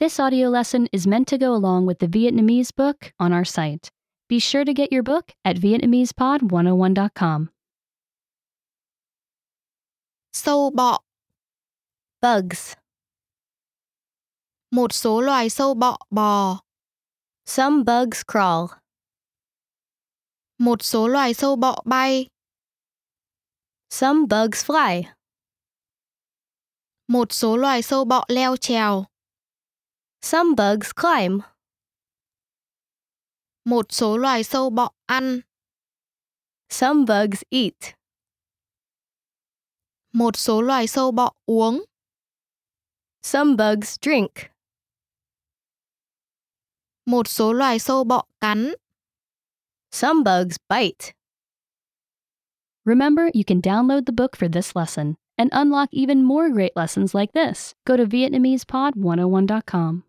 This audio lesson is meant to go along with the Vietnamese book on our site. Be sure to get your book at VietnamesePod101.com. sâu bọ, bugs, một số loài sâu bọ bò, some bugs crawl, một số loài sâu bọ bay, some bugs fly, một số loài sâu bọ leo trèo, some bugs climb, một số loài sâu bọ ăn, some bugs eat, một số loài sâu bọ uống, some bugs drink, một số loài sâu bọ cắn. some bugs bite. Remember, you can download the book for this oh lesson and unlock even more great lessons like this. Go to VietnamesePod101.com.